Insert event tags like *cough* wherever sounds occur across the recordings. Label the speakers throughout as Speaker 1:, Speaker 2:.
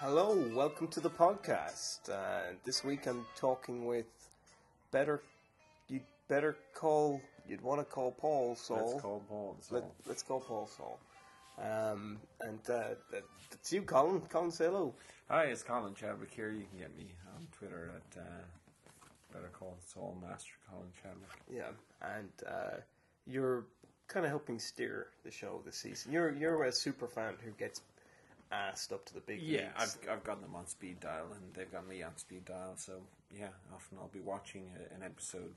Speaker 1: Hello, welcome to the podcast. Uh, this week I'm talking with better. You'd better call. You'd want to call Paul Saul.
Speaker 2: Let's call Paul. and
Speaker 1: Let,
Speaker 2: Saul.
Speaker 1: us call Paul Saul. Um, and uh, that- that's you, Colin. Colin, say hello.
Speaker 2: Hi, it's Colin Chadwick here. You can get me on Twitter at uh, Better Call Saul Master Colin Chadwick.
Speaker 1: Yeah, and uh, you're kind of helping steer the show this season. You're you're a super fan who gets asked up to the big
Speaker 2: Yeah, I've,
Speaker 1: leagues.
Speaker 2: I've got them on speed dial and they've got me on speed dial. So yeah, often I'll be watching a, an episode,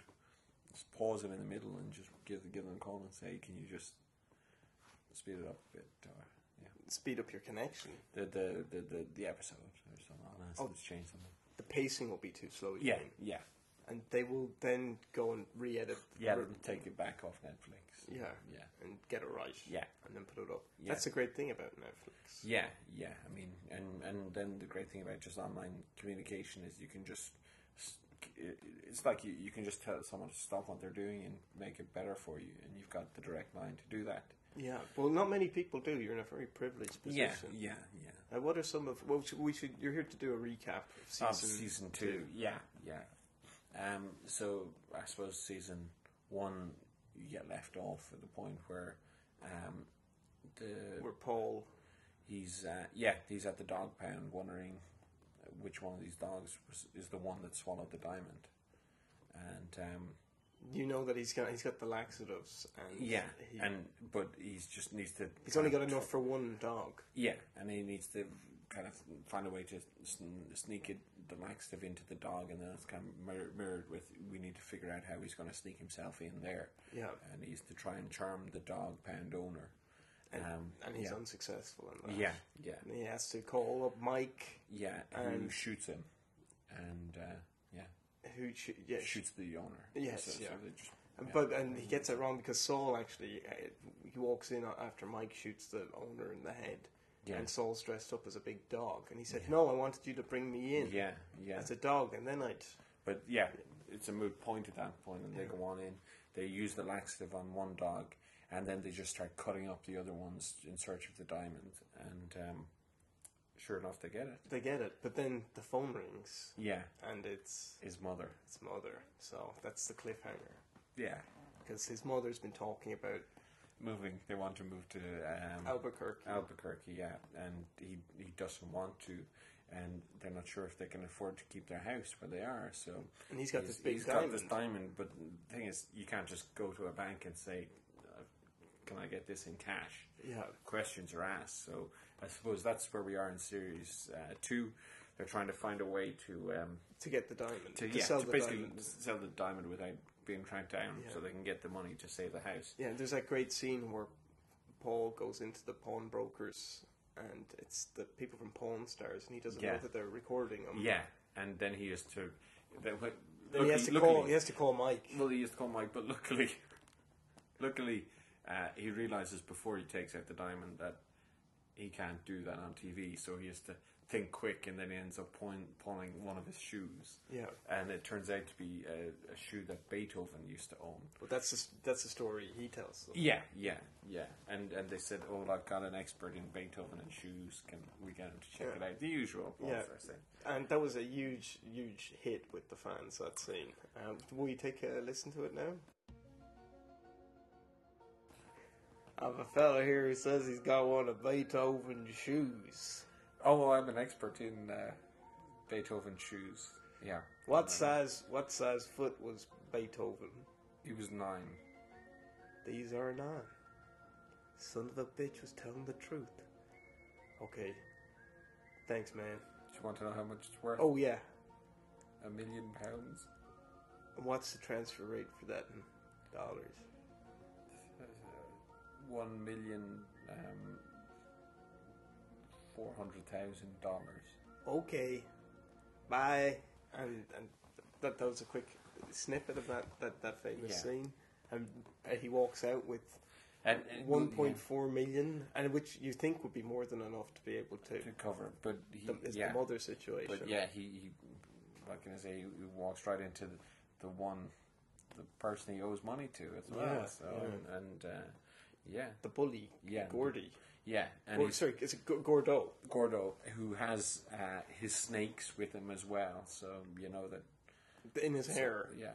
Speaker 2: just pause them in the middle and just give give them a call and say, "Can you just speed it up a bit?" Or, yeah,
Speaker 1: Speed up your connection.
Speaker 2: the the the the, the episode or something. I'll ask them to change something.
Speaker 1: The pacing will be too slow. you
Speaker 2: Oh. Yeah,
Speaker 1: think.
Speaker 2: yeah,
Speaker 1: and they will then go and re-edit.
Speaker 2: yeah. They'll take it back off Netflix.
Speaker 1: Yeah.
Speaker 2: yeah.
Speaker 1: And get it right.
Speaker 2: Yeah.
Speaker 1: And then put it up.
Speaker 2: Yeah.
Speaker 1: That's the great thing about Netflix.
Speaker 2: Yeah, yeah. I mean, and and then the great thing about just online communication is you can just s- it- it's like you, you can just tell someone to stop what they're doing and make it better for you, and you've got the direct line to do that.
Speaker 1: Yeah. Well, not many people do. You're in a very privileged position.
Speaker 2: yeah, yeah.
Speaker 1: Uh, what are some of? Well, we should- we should. You're here to do a recap of season.
Speaker 2: Of season two, yeah, yeah. Um, so I suppose season one, you get left off at the point where um, the
Speaker 1: Where Paul.
Speaker 2: he's uh, yeah he's at the dog pound wondering which one of these dogs was, is the one that swallowed the diamond and um,
Speaker 1: You know that he's got he's got the laxatives and
Speaker 2: yeah
Speaker 1: he,
Speaker 2: and but he's just needs to
Speaker 1: he's only got enough for one dog.
Speaker 2: yeah and he needs to kind of find a way to sn- sneak it the laxative into the dog and then it's kind of mirror- mirrored with we need to figure out how he's going to sneak himself in there
Speaker 1: Yeah.
Speaker 2: and he's to try and charm the dog pound owner um,
Speaker 1: And he's
Speaker 2: yeah.
Speaker 1: unsuccessful in that.
Speaker 2: yeah yeah
Speaker 1: And he has to call up Mike,
Speaker 2: yeah who
Speaker 1: And-
Speaker 2: shoots him and uh, yeah
Speaker 1: who sh- yeah,
Speaker 2: shoots the owner.
Speaker 1: Yes, yeah.
Speaker 2: they just-
Speaker 1: And- But and he gets it wrong because Saul actually uh, he walks in after Mike shoots the owner in the head,
Speaker 2: Yeah.
Speaker 1: and Saul's dressed up as a big dog, and he said, "No, I wanted you to bring me in
Speaker 2: yeah, yeah.
Speaker 1: as a dog, and then I'd."
Speaker 2: But yeah, it's a moot point at that point, and they go on in. They use the laxative on one dog, and then they just start cutting up the other ones in search of the diamond. And um, sure enough, they get it.
Speaker 1: They get it, but then the phone rings,
Speaker 2: Yeah,
Speaker 1: and it's
Speaker 2: his mother.
Speaker 1: his mother. So that's the cliffhanger
Speaker 2: Yeah,
Speaker 1: because his mother's been talking about
Speaker 2: moving. They want to move to um,
Speaker 1: Albuquerque.
Speaker 2: Albuquerque, yeah, and he he doesn't want to, and they're not sure if they can afford to keep their house where they are. So
Speaker 1: And he's got this big
Speaker 2: he's got this diamond, but the thing is, you can't just go to a bank and say, uh, "Can I get this in cash?" Uh,
Speaker 1: Yeah.
Speaker 2: questions are asked. So I suppose that's where we are in series uh, two. They're trying to find a way to um,
Speaker 1: to get the diamond
Speaker 2: to,
Speaker 1: to
Speaker 2: yeah,
Speaker 1: sell
Speaker 2: to
Speaker 1: the
Speaker 2: basically
Speaker 1: diamond.
Speaker 2: sell the diamond without being tracked down, so they can get the money to save the house.
Speaker 1: Yeah, there's that great scene where Paul goes into the pawnbrokers and it's the people from Pawn Stars and he doesn't know
Speaker 2: Yeah.
Speaker 1: that they're recording him.
Speaker 2: Yeah, and then he is to. Then
Speaker 1: Then he has to call he has to call Mike.
Speaker 2: Well, he used to call Mike, but luckily, *laughs* luckily, uh, he realizes before he takes out the diamond that he can't do that on TV, so he has to think quick, and then he ends up pawn- pawning one of his shoes.
Speaker 1: Yeah.
Speaker 2: and it turns out to be a, a shoe that Beethoven used to own.
Speaker 1: But that's the, s- that's the story he tells them.
Speaker 2: Yeah, yeah, yeah. And and they said, "Oh, I've got an expert in Beethoven and shoes. Can we get him to check it out?" The usual, eh?
Speaker 1: Yeah.
Speaker 2: yeah. thing.
Speaker 1: And that was a huge, huge hit with the fans, that scene. Um, will you take a listen to it now? I have a fella here who says he's got one of Beethoven's shoes.
Speaker 2: Oh, well, I'm an expert in uh, Beethoven shoes. Yeah.
Speaker 1: What size what size foot was Beethoven?
Speaker 2: He was nine.
Speaker 1: These are not. Son of a bitch was telling the truth. Okay. Thanks, man.
Speaker 2: Do you want to know how much it's worth?
Speaker 1: Oh yeah.
Speaker 2: A million pounds?
Speaker 1: And what's the transfer rate for that in dollars?
Speaker 2: Uh, One million, um, four hundred thousand dollars.
Speaker 1: Okay. Bye. And and that that was a quick snippet of that that, that famous
Speaker 2: Yeah.
Speaker 1: scene. And uh, he walks out with
Speaker 2: And, uh,
Speaker 1: one point four million, and which you think would be more than enough to be able to.
Speaker 2: to cover, but he,
Speaker 1: The, is
Speaker 2: yeah,
Speaker 1: the mother situation?
Speaker 2: but yeah, he, he like I say, he, he walks right into the, the one, the person he owes money to as well.
Speaker 1: Yeah,
Speaker 2: so
Speaker 1: yeah.
Speaker 2: and, and uh, Yeah,
Speaker 1: the bully,
Speaker 2: Yeah.
Speaker 1: Gordy.
Speaker 2: yeah, and
Speaker 1: Or,
Speaker 2: he's
Speaker 1: sorry, is it G- Gordo?
Speaker 2: Gordo, who has uh, his snakes with him as well, so you know that.
Speaker 1: In his hair.
Speaker 2: Yeah,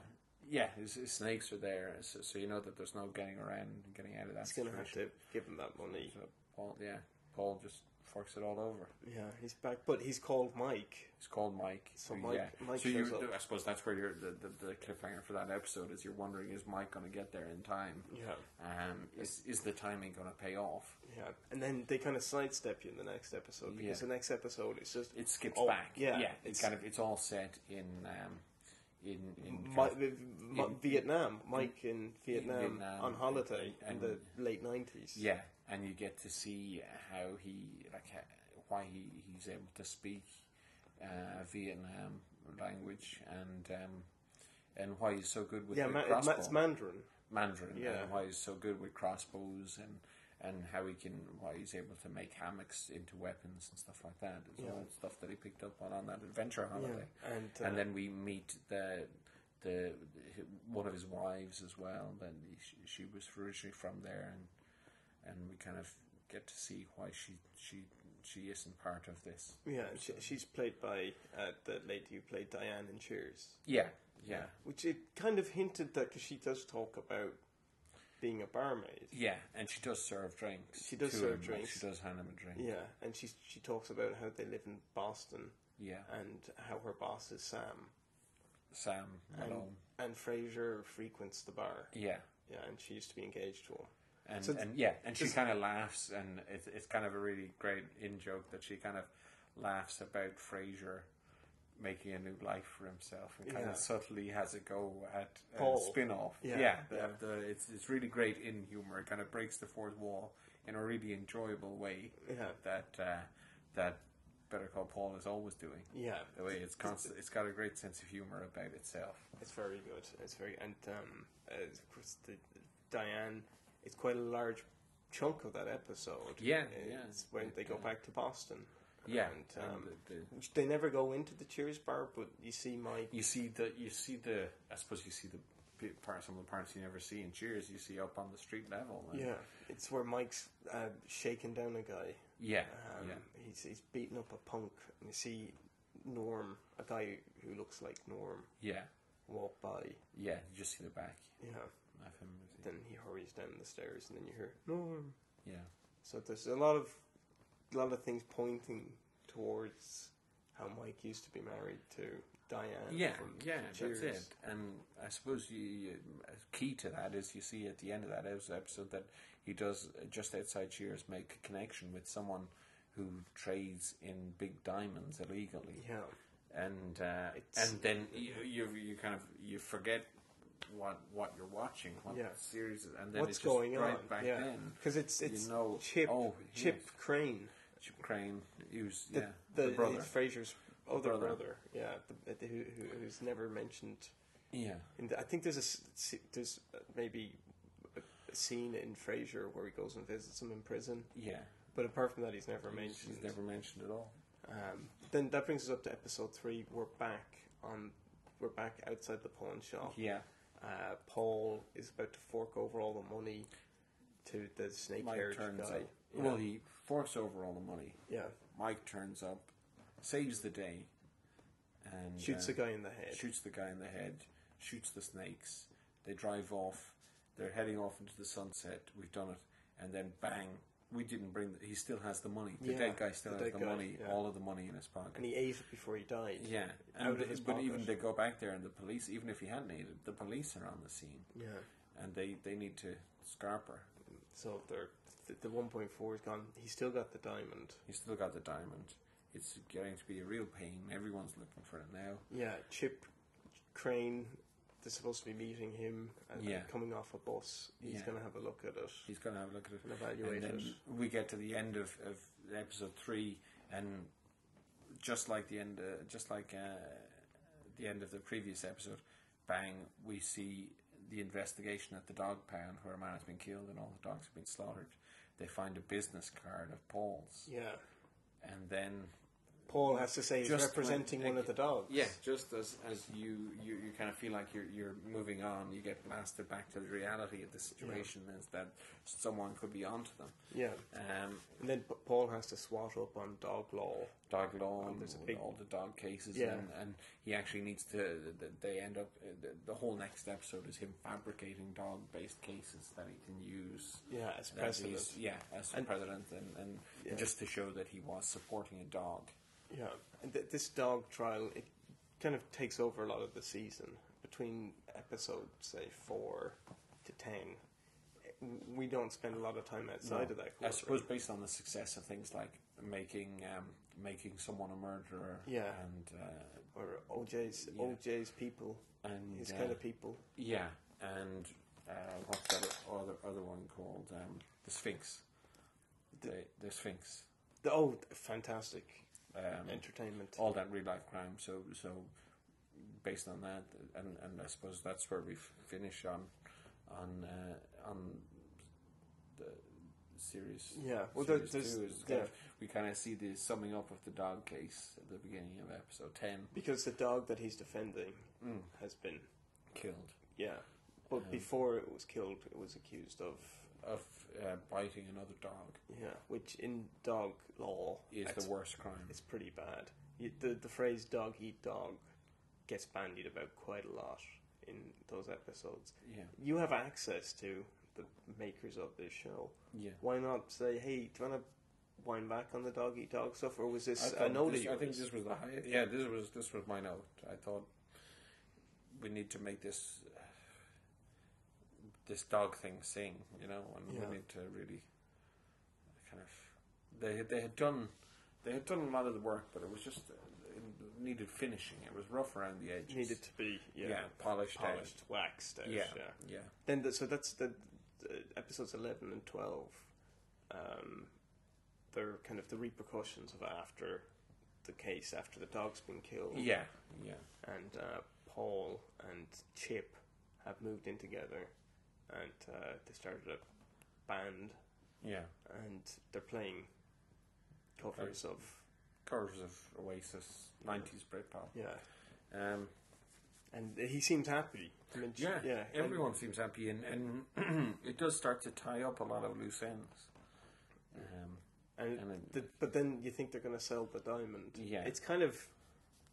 Speaker 2: yeah, his, his snakes are there, so, so you know that there's no getting around, getting out of that
Speaker 1: He's going to have
Speaker 2: situation.
Speaker 1: to give him that money.
Speaker 2: So Paul, yeah, Paul just forks it all over.
Speaker 1: Yeah, he's back. But he's called Mike.
Speaker 2: It's called Mike.
Speaker 1: So
Speaker 2: who-
Speaker 1: Mike- Mike
Speaker 2: so you,
Speaker 1: shows up.
Speaker 2: I suppose that's where you're, the, the the cliffhanger for that episode is. You're wondering is Mike going to get there in time?
Speaker 1: Yeah.
Speaker 2: Um, is is the timing going to pay off?
Speaker 1: Yeah. And then they kind of sidestep you in the next episode because
Speaker 2: Yeah.
Speaker 1: the next episode is just.
Speaker 2: It skips
Speaker 1: Oh,
Speaker 2: back.
Speaker 1: yeah,
Speaker 2: yeah.
Speaker 1: it's-
Speaker 2: It's, kind of it's all set in um, in in kind
Speaker 1: Mi-
Speaker 2: of-
Speaker 1: v- Mi-
Speaker 2: in-
Speaker 1: Vietnam, Mike in Vietnam,
Speaker 2: Vietnam
Speaker 1: on holiday
Speaker 2: and-
Speaker 1: in the late nineties.
Speaker 2: yeah, and you get to see how he like ho- why he, he's able to speak uh, Vietnam language and um, and why he's so good with
Speaker 1: yeah,
Speaker 2: the
Speaker 1: ma- it- ma-
Speaker 2: crossbow.
Speaker 1: it's Mandarin.
Speaker 2: Mandarin
Speaker 1: Yeah.
Speaker 2: and why he's so good with crossbows and and how he can why he's able to make hammocks into weapons and stuff like that. It's all stuff that he picked up on on that adventure holiday.
Speaker 1: and, uh,
Speaker 2: and then we meet the the one of his wives as well. Then she, she was originally from there, and and we kind of get to see why she she she isn't part of this.
Speaker 1: Yeah, and she, she's played by uh, the lady who played Diane in Cheers,
Speaker 2: Yeah, yeah,
Speaker 1: which it kind of hinted that because she does talk about being a barmaid.
Speaker 2: yeah. And she does serve drinks.
Speaker 1: She does
Speaker 2: to
Speaker 1: serve
Speaker 2: him, like,
Speaker 1: drinks.
Speaker 2: She does hand him a drink.
Speaker 1: Yeah, and she she talks about how they live in Boston
Speaker 2: Yeah,
Speaker 1: and how her boss is Sam
Speaker 2: Sam
Speaker 1: and
Speaker 2: Malone.
Speaker 1: and Fraser frequents the bar.
Speaker 2: Yeah.
Speaker 1: Yeah, and she used to be engaged to him.
Speaker 2: And,
Speaker 1: So
Speaker 2: and yeah, and she kind of laughs, and it's, it's kind of a really great in joke that she kind of laughs about Frasier making a new life for himself and kind
Speaker 1: Yeah.
Speaker 2: of subtly has a go at a
Speaker 1: Paul.
Speaker 2: spin off.
Speaker 1: Yeah,
Speaker 2: the,
Speaker 1: yeah.
Speaker 2: The, it's, it's really great in humor. It kind of breaks the fourth wall in a really enjoyable way
Speaker 1: Yeah.
Speaker 2: that uh, that Better Call Paul is always doing.
Speaker 1: Yeah,
Speaker 2: The way it's constant, it's got a great sense of humor about itself.
Speaker 1: It's very good. It's very and um, uh, of course the Diane. It's quite a large chunk of that episode.
Speaker 2: Yeah,
Speaker 1: It's
Speaker 2: yeah.
Speaker 1: when they go back to Boston.
Speaker 2: Yeah,
Speaker 1: and, um,
Speaker 2: the- the-
Speaker 1: which they never go into the Cheers bar, but you see Mike.
Speaker 2: you see the you see the I suppose you see the p- part some of the parts you never see in Cheers. You see up on the street level. and-
Speaker 1: Yeah, it's where Mike's uh, shaking down a guy.
Speaker 2: yeah,
Speaker 1: Um,
Speaker 2: yeah,
Speaker 1: He's he's beating up a punk, and you see Norm, a guy who looks like Norm,
Speaker 2: yeah,
Speaker 1: walk by.
Speaker 2: yeah. You just see the back
Speaker 1: Yeah.
Speaker 2: of him. you see-
Speaker 1: Then he hurries down the stairs, and then you hear Norm.
Speaker 2: Yeah,
Speaker 1: So there's a lot of a lot of things pointing towards how Mike used to be married to Diane.
Speaker 2: yeah,
Speaker 1: from
Speaker 2: yeah.
Speaker 1: Cheers.
Speaker 2: That's it. And I suppose you, you key to that is you see at the end of that epis- episode that he does uh, just outside Cheers make a connection with someone who trades in big diamonds illegally.
Speaker 1: Yeah.
Speaker 2: and uh,
Speaker 1: It's-
Speaker 2: and then you, you you kind of you forget what what you're watching, what
Speaker 1: Yeah.
Speaker 2: series, is- and then
Speaker 1: What's
Speaker 2: it's just
Speaker 1: going
Speaker 2: right
Speaker 1: on?
Speaker 2: back
Speaker 1: yeah.
Speaker 2: then.
Speaker 1: Because it's
Speaker 2: you
Speaker 1: it's
Speaker 2: know-
Speaker 1: Chip
Speaker 2: oh,
Speaker 1: Chip
Speaker 2: yes.
Speaker 1: Crane,
Speaker 2: Chip Crane, he was
Speaker 1: the,
Speaker 2: yeah,
Speaker 1: the,
Speaker 2: the, brother,
Speaker 1: Fraser's other brother.
Speaker 2: brother.
Speaker 1: Yeah, the, the, who, who, who's never mentioned.
Speaker 2: yeah,
Speaker 1: In the, I think there's a s- s- there's uh, maybe a scene in Frasier where he goes and visits him in prison,
Speaker 2: yeah.
Speaker 1: but apart from that, he's never
Speaker 2: He's,
Speaker 1: mentioned.
Speaker 2: he's never mentioned at all.
Speaker 1: Um, then that brings us up to episode three. We're back on. We're back outside the pawn shop.
Speaker 2: Yeah,
Speaker 1: Uh, Paul is about to fork over all the money to the
Speaker 2: Mike
Speaker 1: snake-haired
Speaker 2: turns
Speaker 1: guy.
Speaker 2: up.
Speaker 1: Yeah.
Speaker 2: Well, he forks over all the money.
Speaker 1: yeah,
Speaker 2: Mike turns up, saves the day, and
Speaker 1: shoots
Speaker 2: uh,
Speaker 1: the guy in the head.
Speaker 2: shoots the guy in the head, shoots the snakes. They drive off. They're heading off into the sunset. We've done it, and then bang! We didn't bring. The, he still has the money. The
Speaker 1: Yeah,
Speaker 2: dead guy still
Speaker 1: the
Speaker 2: has
Speaker 1: dead
Speaker 2: the
Speaker 1: guy,
Speaker 2: money.
Speaker 1: yeah.
Speaker 2: All of the money in his pocket.
Speaker 1: and he ate it before he died.
Speaker 2: yeah,
Speaker 1: out
Speaker 2: and
Speaker 1: of
Speaker 2: they-
Speaker 1: his
Speaker 2: but
Speaker 1: pocket.
Speaker 2: even they go back there, and the police. Even if he hadn't eaten, it, the police are on the scene,
Speaker 1: Yeah.
Speaker 2: and they they need to scarp her.
Speaker 1: So they're, th- the one point four is gone. He's still got the diamond.
Speaker 2: He's still got the diamond. It's getting to be a real pain. Everyone's looking for it now.
Speaker 1: Yeah, Chip Crane. They're supposed to be meeting him and
Speaker 2: Yeah.
Speaker 1: coming off a bus. He's
Speaker 2: Yeah.
Speaker 1: going to have a look at it.
Speaker 2: He's going to have a look at it.
Speaker 1: And evaluate
Speaker 2: and
Speaker 1: it.
Speaker 2: then we get to the end of, of episode three, and just like the end, uh, just like uh, the end of the previous episode, bang, we see the investigation at the dog pound where a man has been killed and all the dogs have been slaughtered. They find a business card of Paul's,
Speaker 1: Yeah.
Speaker 2: and then
Speaker 1: Paul has to say he's
Speaker 2: Just
Speaker 1: representing
Speaker 2: when-
Speaker 1: one of the dogs.
Speaker 2: Yeah, just as, as you, you, you kind of feel like you're, you're moving on, you get blasted back to the reality of the situation is that someone could be onto them.
Speaker 1: Yeah.
Speaker 2: Um,
Speaker 1: And then P- Paul has to swat up on dog law.
Speaker 2: dog law and
Speaker 1: Oh, there's a big-
Speaker 2: all the dog cases,
Speaker 1: Yeah.
Speaker 2: and, and he actually needs to. th- th- They end up. uh, th- The whole next episode is him fabricating dog based cases that he can use.
Speaker 1: Yeah, as
Speaker 2: that he's-
Speaker 1: president.
Speaker 2: Yeah, as president, and, and
Speaker 1: Yeah.
Speaker 2: just to show that he was supporting a dog.
Speaker 1: Yeah, and th- this dog trial it kind of takes over a lot of the season between episodes say four to ten. We don't spend a lot of time outside of that.
Speaker 2: I
Speaker 1: Quarter.
Speaker 2: suppose based on the success of things like making um, making someone a murderer.
Speaker 1: Yeah.
Speaker 2: and uh,
Speaker 1: or OJ's
Speaker 2: Yeah.
Speaker 1: OJ's people,
Speaker 2: and
Speaker 1: his
Speaker 2: uh,
Speaker 1: kind of people.
Speaker 2: Yeah, and uh, what's that other other one called? Um, the Sphinx.
Speaker 1: The-
Speaker 2: The, the Sphinx.
Speaker 1: The, oh, fantastic
Speaker 2: Um,
Speaker 1: entertainment.
Speaker 2: all that real life crime. So so based on that, and, and I suppose that's where we f- finish on on uh, on the series.
Speaker 1: Yeah, well, there-
Speaker 2: series
Speaker 1: there's-
Speaker 2: two is kind
Speaker 1: yeah.
Speaker 2: of, we kind of see the summing up of the dog case at the beginning of episode ten.
Speaker 1: because the dog that he's defending has been
Speaker 2: Killed
Speaker 1: yeah, but before it was killed, it was accused of
Speaker 2: of uh, biting another dog
Speaker 1: yeah, which in dog law
Speaker 2: is
Speaker 1: that's
Speaker 2: the worst crime.
Speaker 1: it's pretty bad. You, the the phrase "dog eat dog" gets bandied about quite a lot in those episodes.
Speaker 2: Yeah,
Speaker 1: You have access to the makers of this show.
Speaker 2: yeah.
Speaker 1: Why not say, "Hey, do you want to wind back on the dog eat dog stuff?" Or was
Speaker 2: I
Speaker 1: this uh,
Speaker 2: thought
Speaker 1: a note
Speaker 2: this-
Speaker 1: of
Speaker 2: I think
Speaker 1: yours?
Speaker 2: this was the high. Yeah, this was this was my note. I thought we need to make this this dog thing sing, you know, and
Speaker 1: Yeah.
Speaker 2: we need to really kind of they had- they had done they had done a lot of the work, but it was just uh, it needed finishing. It was rough around the edges.
Speaker 1: needed to be yeah,
Speaker 2: yeah, polished, out.
Speaker 1: polished, waxed out.
Speaker 2: Yeah,
Speaker 1: yeah.
Speaker 2: yeah,
Speaker 1: Then the, so that's the, the episodes eleven and twelve. Um, they're kind of the repercussions of after the case after the dog's been killed.
Speaker 2: yeah, yeah,
Speaker 1: and uh, Paul and Chip have moved in together, and uh, they started a band,
Speaker 2: yeah.
Speaker 1: and they're playing covers of
Speaker 2: Covers of Oasis, nineties Britpop.
Speaker 1: yeah.
Speaker 2: Um,
Speaker 1: And he seemed happy. I mean, Ch-
Speaker 2: Yeah,
Speaker 1: yeah. and-
Speaker 2: everyone seems happy, and, and *clears throat* it does start to tie up a lot of loose ends. Um,
Speaker 1: And,
Speaker 2: and it-
Speaker 1: the, but then you think they're going to sell the diamond.
Speaker 2: Yeah.
Speaker 1: It's kind of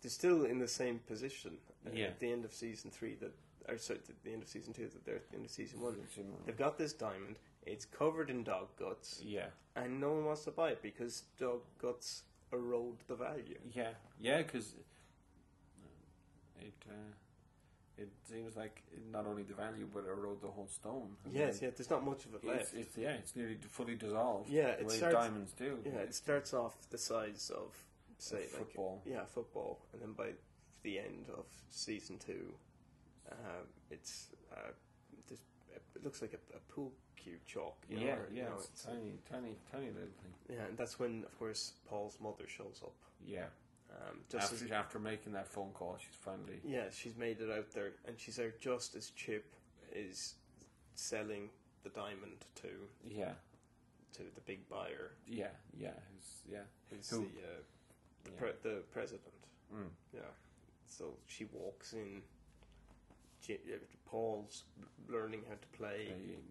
Speaker 1: they're still in the same position at-
Speaker 2: Yeah.
Speaker 1: at the end of season three that. Or sorry, at the end of season two, that they're at the end of season one.
Speaker 2: Season one.
Speaker 1: They've got this diamond. It's covered in dog guts.
Speaker 2: yeah,
Speaker 1: and no one wants to buy it because dog guts erode the value.
Speaker 2: yeah, yeah, because it uh, it seems like it not only the value but erode the whole stone. I
Speaker 1: Yes,
Speaker 2: mean,
Speaker 1: yeah, there's not much of it
Speaker 2: It's,
Speaker 1: left.
Speaker 2: it's yeah, it's nearly fully dissolved.
Speaker 1: Yeah,
Speaker 2: the
Speaker 1: it
Speaker 2: way
Speaker 1: starts-
Speaker 2: diamonds do.
Speaker 1: yeah, it starts off the size of say
Speaker 2: Football.
Speaker 1: Like, yeah, football, and then by the end of season two, uh, it's uh, this, it looks like a, a pool cue chalk. You
Speaker 2: yeah,
Speaker 1: know,
Speaker 2: yeah,
Speaker 1: or, you know,
Speaker 2: it's,
Speaker 1: it's-
Speaker 2: tiny, tiny, tiny little thing.
Speaker 1: yeah, and that's when of course Paul's mother shows up.
Speaker 2: Yeah,
Speaker 1: Um, just as,
Speaker 2: after after making that phone call, she's finally
Speaker 1: yeah, she's made it out there, and she's there just as Chip is selling the diamond to
Speaker 2: yeah,
Speaker 1: to the big buyer,
Speaker 2: yeah, yeah, it's, yeah.
Speaker 1: who's
Speaker 2: Who-
Speaker 1: the uh, the,
Speaker 2: Yeah.
Speaker 1: pre- the president.
Speaker 2: Mm.
Speaker 1: Yeah. So she walks in. J- uh, Paul's learning how to play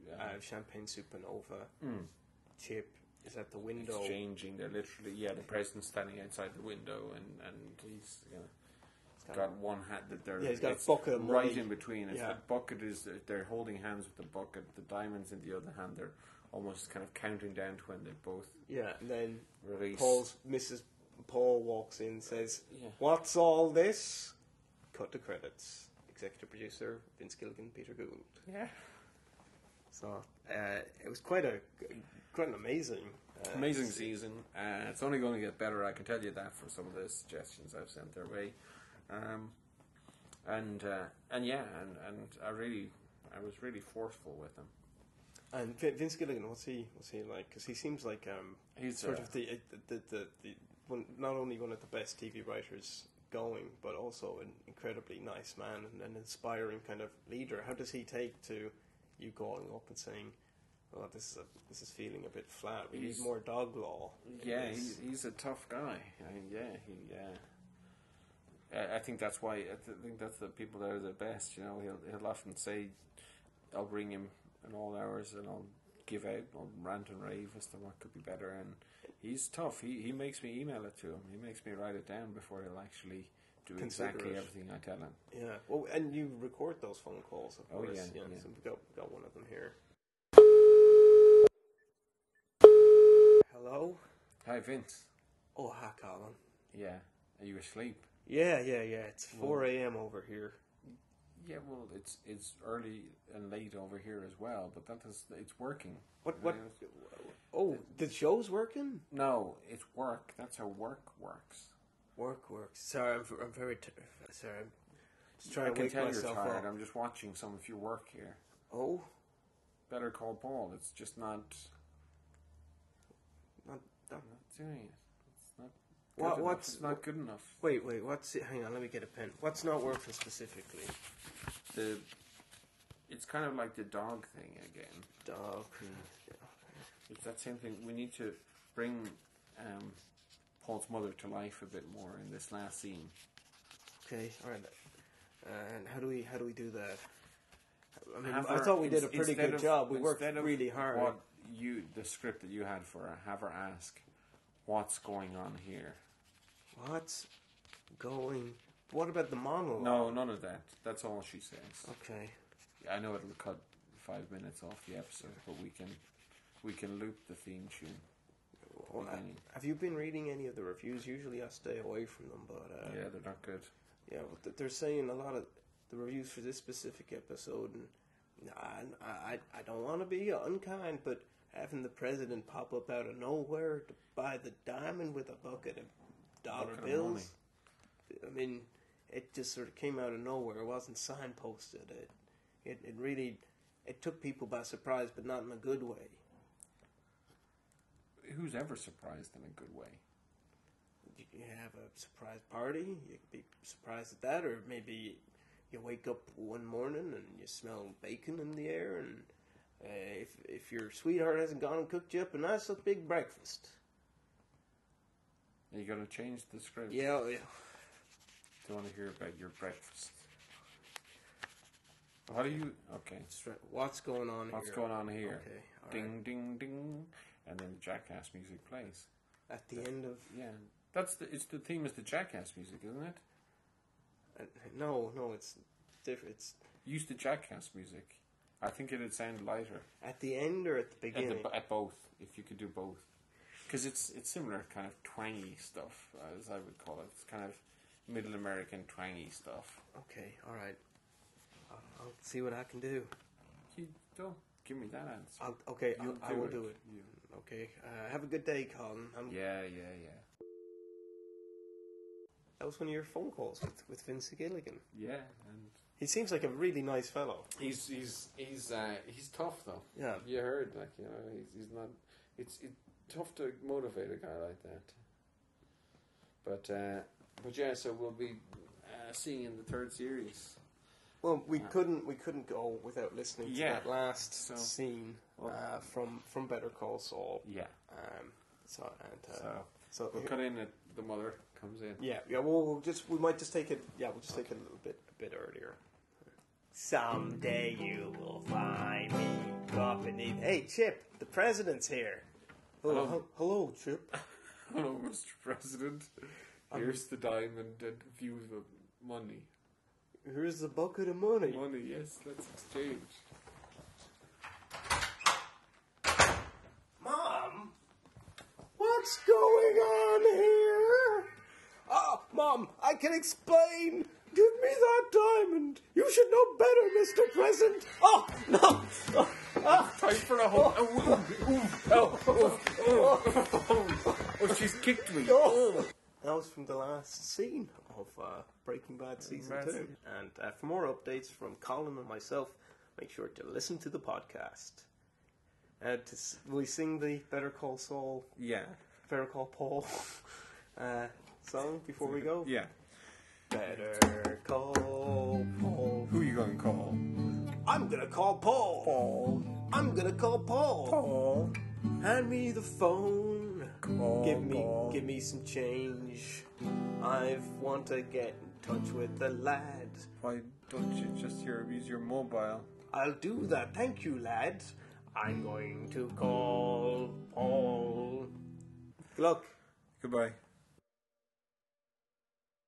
Speaker 2: They, uh,
Speaker 1: uh, Champagne Supernova.
Speaker 2: mm.
Speaker 1: Chip is at the window.
Speaker 2: exchanging. They're literally, yeah, the president's standing outside the window, and and he's you know,
Speaker 1: It's kind of-
Speaker 2: got one hand that they're
Speaker 1: Yeah, he's got a
Speaker 2: it's
Speaker 1: bucket of
Speaker 2: right
Speaker 1: money.
Speaker 2: in between. It's
Speaker 1: Yeah.
Speaker 2: the bucket is they're holding hands with the bucket. The diamonds in the other hand. They're almost kind of counting down to when they both
Speaker 1: yeah, and then
Speaker 2: release.
Speaker 1: Paul's Mrs. Paul walks in, says,
Speaker 2: Yeah.
Speaker 1: "What's all this?" Cut to credits. Executive producer Vince Gilligan, Peter Gould.
Speaker 2: Yeah,
Speaker 1: So uh, it was quite a quite an amazing, uh,
Speaker 2: amazing season. Uh, it's only going to get better. I can tell you that for some of the suggestions I've sent their way. Um, and uh, and yeah, and, and I really, I was really forceful with them.
Speaker 1: And Vin- Vince Gilligan, what's he? What's he like? Because he seems like um,
Speaker 2: He's
Speaker 1: sort
Speaker 2: uh,
Speaker 1: of the the the, the one, not only one of the best TV writers going, but also an incredibly nice man and an inspiring kind of leader. How does he take to you calling up and saying, oh, this is a, this is feeling a bit flat. We
Speaker 2: He's-
Speaker 1: need more dog law. in
Speaker 2: Yeah,
Speaker 1: this."
Speaker 2: he's, he's a tough guy. I mean, yeah, he, yeah. I, I think that's why. I th- think that's the people that are the best. You know, he'll he'll often say, "I'll bring him in all hours, and I'll give out, I'll rant and rave as to what could be better." And he's tough. He he makes me email it to him. He makes me write it down before he'll actually do
Speaker 1: Consider
Speaker 2: exactly
Speaker 1: it.
Speaker 2: everything I tell him.
Speaker 1: Yeah. Well, and you record those phone calls, of
Speaker 2: Oh,
Speaker 1: course.
Speaker 2: yeah, yeah.
Speaker 1: So we've got, we've got one of them here. Hello?
Speaker 2: Hi, Vince.
Speaker 1: Oh, hi, Colin.
Speaker 2: Yeah, are you asleep?
Speaker 1: Yeah, yeah, yeah. It's 4
Speaker 2: Well-
Speaker 1: a.m. over here.
Speaker 2: Yeah, well, it's it's early and late over here as well, but that is it's working.
Speaker 1: What, what?
Speaker 2: Yeah.
Speaker 1: Oh, the show's working?
Speaker 2: No, it's work. That's how work works.
Speaker 1: Work, work. Sorry, I'm, I'm very. T- sorry, I'm just
Speaker 2: I
Speaker 1: trying to
Speaker 2: can
Speaker 1: wake
Speaker 2: tell you're
Speaker 1: myself
Speaker 2: tired.
Speaker 1: up.
Speaker 2: I'm just watching some of your work here.
Speaker 1: Oh,
Speaker 2: Better call Paul. It's just not
Speaker 1: not, not,
Speaker 2: not doing it. It's not. Good
Speaker 1: What-
Speaker 2: enough.
Speaker 1: what's-
Speaker 2: it's not good enough?
Speaker 1: wait, wait. What's it? Hang on, let me get a pen. What's not working specifically?
Speaker 2: The it's kind of like the dog thing again.
Speaker 1: Dog.
Speaker 2: Hmm. It's that same thing. We need to bring um, Paul's mother to life a bit more in this last scene.
Speaker 1: Okay, all right. Uh, and how do we how do we do that? I mean,
Speaker 2: Have
Speaker 1: I
Speaker 2: her-
Speaker 1: thought we did a
Speaker 2: ins-
Speaker 1: pretty
Speaker 2: instead
Speaker 1: good
Speaker 2: of-
Speaker 1: job. We worked
Speaker 2: instead of
Speaker 1: really hard.
Speaker 2: What you the script that you had for her? Have her ask, "What's going on here?"
Speaker 1: What's going? What about the monologue?
Speaker 2: No, none of that. That's all she says.
Speaker 1: Okay.
Speaker 2: I know it'll cut five minutes off the episode, but we can we can loop the theme tune.
Speaker 1: Well, I-
Speaker 2: Beginning.
Speaker 1: have you been reading any of the reviews? Usually, I stay away from them, but uh,
Speaker 2: yeah, they're not good.
Speaker 1: yeah, well, th- they're saying a lot of the reviews for this specific episode, and I, I, I don't want to be unkind, but having the president pop up out of nowhere to buy the diamond with a bucket of dollar
Speaker 2: Bucket of
Speaker 1: bills, I mean, it just sort of came out of nowhere. It wasn't signposted. It, it, it really, it took people by surprise, but not in a good way.
Speaker 2: Who's ever surprised in a good way?
Speaker 1: you can have a surprise party. You could be surprised at that, or maybe you wake up one morning and you smell bacon in the air, and uh, if if your sweetheart hasn't gone and cooked you up a nice little big breakfast,
Speaker 2: Are you gonna change the script?
Speaker 1: yeah, oh, yeah.
Speaker 2: Do you want to hear about your breakfast? How do you? Okay.
Speaker 1: That's right. What's going on
Speaker 2: What's
Speaker 1: here?
Speaker 2: going on here?
Speaker 1: Okay, all
Speaker 2: ding, ding, ding, and then Jackass music plays.
Speaker 1: At the end of
Speaker 2: Yeah, that's the. It's the theme is the Jackass music, isn't it?
Speaker 1: uh, no, no, it's different. It's
Speaker 2: Use the Jackass music. I think it'd sound lighter.
Speaker 1: at the end or at the
Speaker 2: at,
Speaker 1: beginning.
Speaker 2: the, at both, if you could do both, because it's it's similar kind of twangy stuff, uh, as I would call it. It's kind of middle American twangy stuff.
Speaker 1: okay, all right. I'll, I'll see what I can do.
Speaker 2: You don't give me that answer.
Speaker 1: I'll, okay, I'll,
Speaker 2: You'll
Speaker 1: I will do it. Mm.
Speaker 2: You-
Speaker 1: Okay. Uh, have a good day, Colin. I'm
Speaker 2: Yeah, yeah, yeah,
Speaker 1: That was one of your phone calls with, with Vince Gilligan.
Speaker 2: yeah. And
Speaker 1: He seems like a really nice fellow.
Speaker 2: he's he's he's uh, he's tough though.
Speaker 1: Yeah.
Speaker 2: You heard, like you know, he's he's not. It's it's tough to motivate a guy like that. But uh, but yeah, so we'll be uh, seeing in the third series.
Speaker 1: Well, we couldn't we couldn't go without listening to
Speaker 2: Yeah.
Speaker 1: that last
Speaker 2: So-
Speaker 1: scene uh, from from Better Call Saul.
Speaker 2: Yeah.
Speaker 1: Um, so and uh, so,
Speaker 2: So we'll cut in at the mother comes in. *laughs*
Speaker 1: yeah yeah we'll, we'll just we might just take it yeah we'll just take it a little bit a bit earlier. Someday you will find me company. Hey Chip, the president's here.
Speaker 2: Hello.
Speaker 1: Oh, he- hello Chip.
Speaker 2: Hello, Mr. President. Here's the diamond and a few of the money.
Speaker 1: Here's the bucket of money.
Speaker 2: Money, yes, let's exchange.
Speaker 1: Mom, what's going on here? Ah, Mom, I can explain. Give me that diamond. You should know better, Mr. President. Oh, no. Oh, ah.
Speaker 2: Time for a whole. Oh, oh, oh, oh, oh. Oh, she's kicked me.
Speaker 1: Oh. That was from the last scene of uh, Breaking Bad Season
Speaker 2: Bad
Speaker 1: 2.
Speaker 2: season.
Speaker 1: And uh, for more updates from Colin and myself, make sure to listen to the podcast. Uh, to, s- will we sing the Better Call Saul,
Speaker 2: Yeah.
Speaker 1: Better Call Paul *laughs* uh, song before we go?
Speaker 2: Yeah.
Speaker 1: Better call Paul.
Speaker 2: Who are you going to call?
Speaker 1: I'm gonna call Paul.
Speaker 2: Paul,
Speaker 1: I'm gonna call Paul.
Speaker 2: Paul,
Speaker 1: Hand me the phone.
Speaker 2: Paul,
Speaker 1: give me,
Speaker 2: Paul.
Speaker 1: give me some change. I want to get in touch with the lad.
Speaker 2: Why don't you just your, use your mobile?
Speaker 1: I'll do that. Thank you, lad. I'm going to call Paul. Look,
Speaker 2: Goodbye.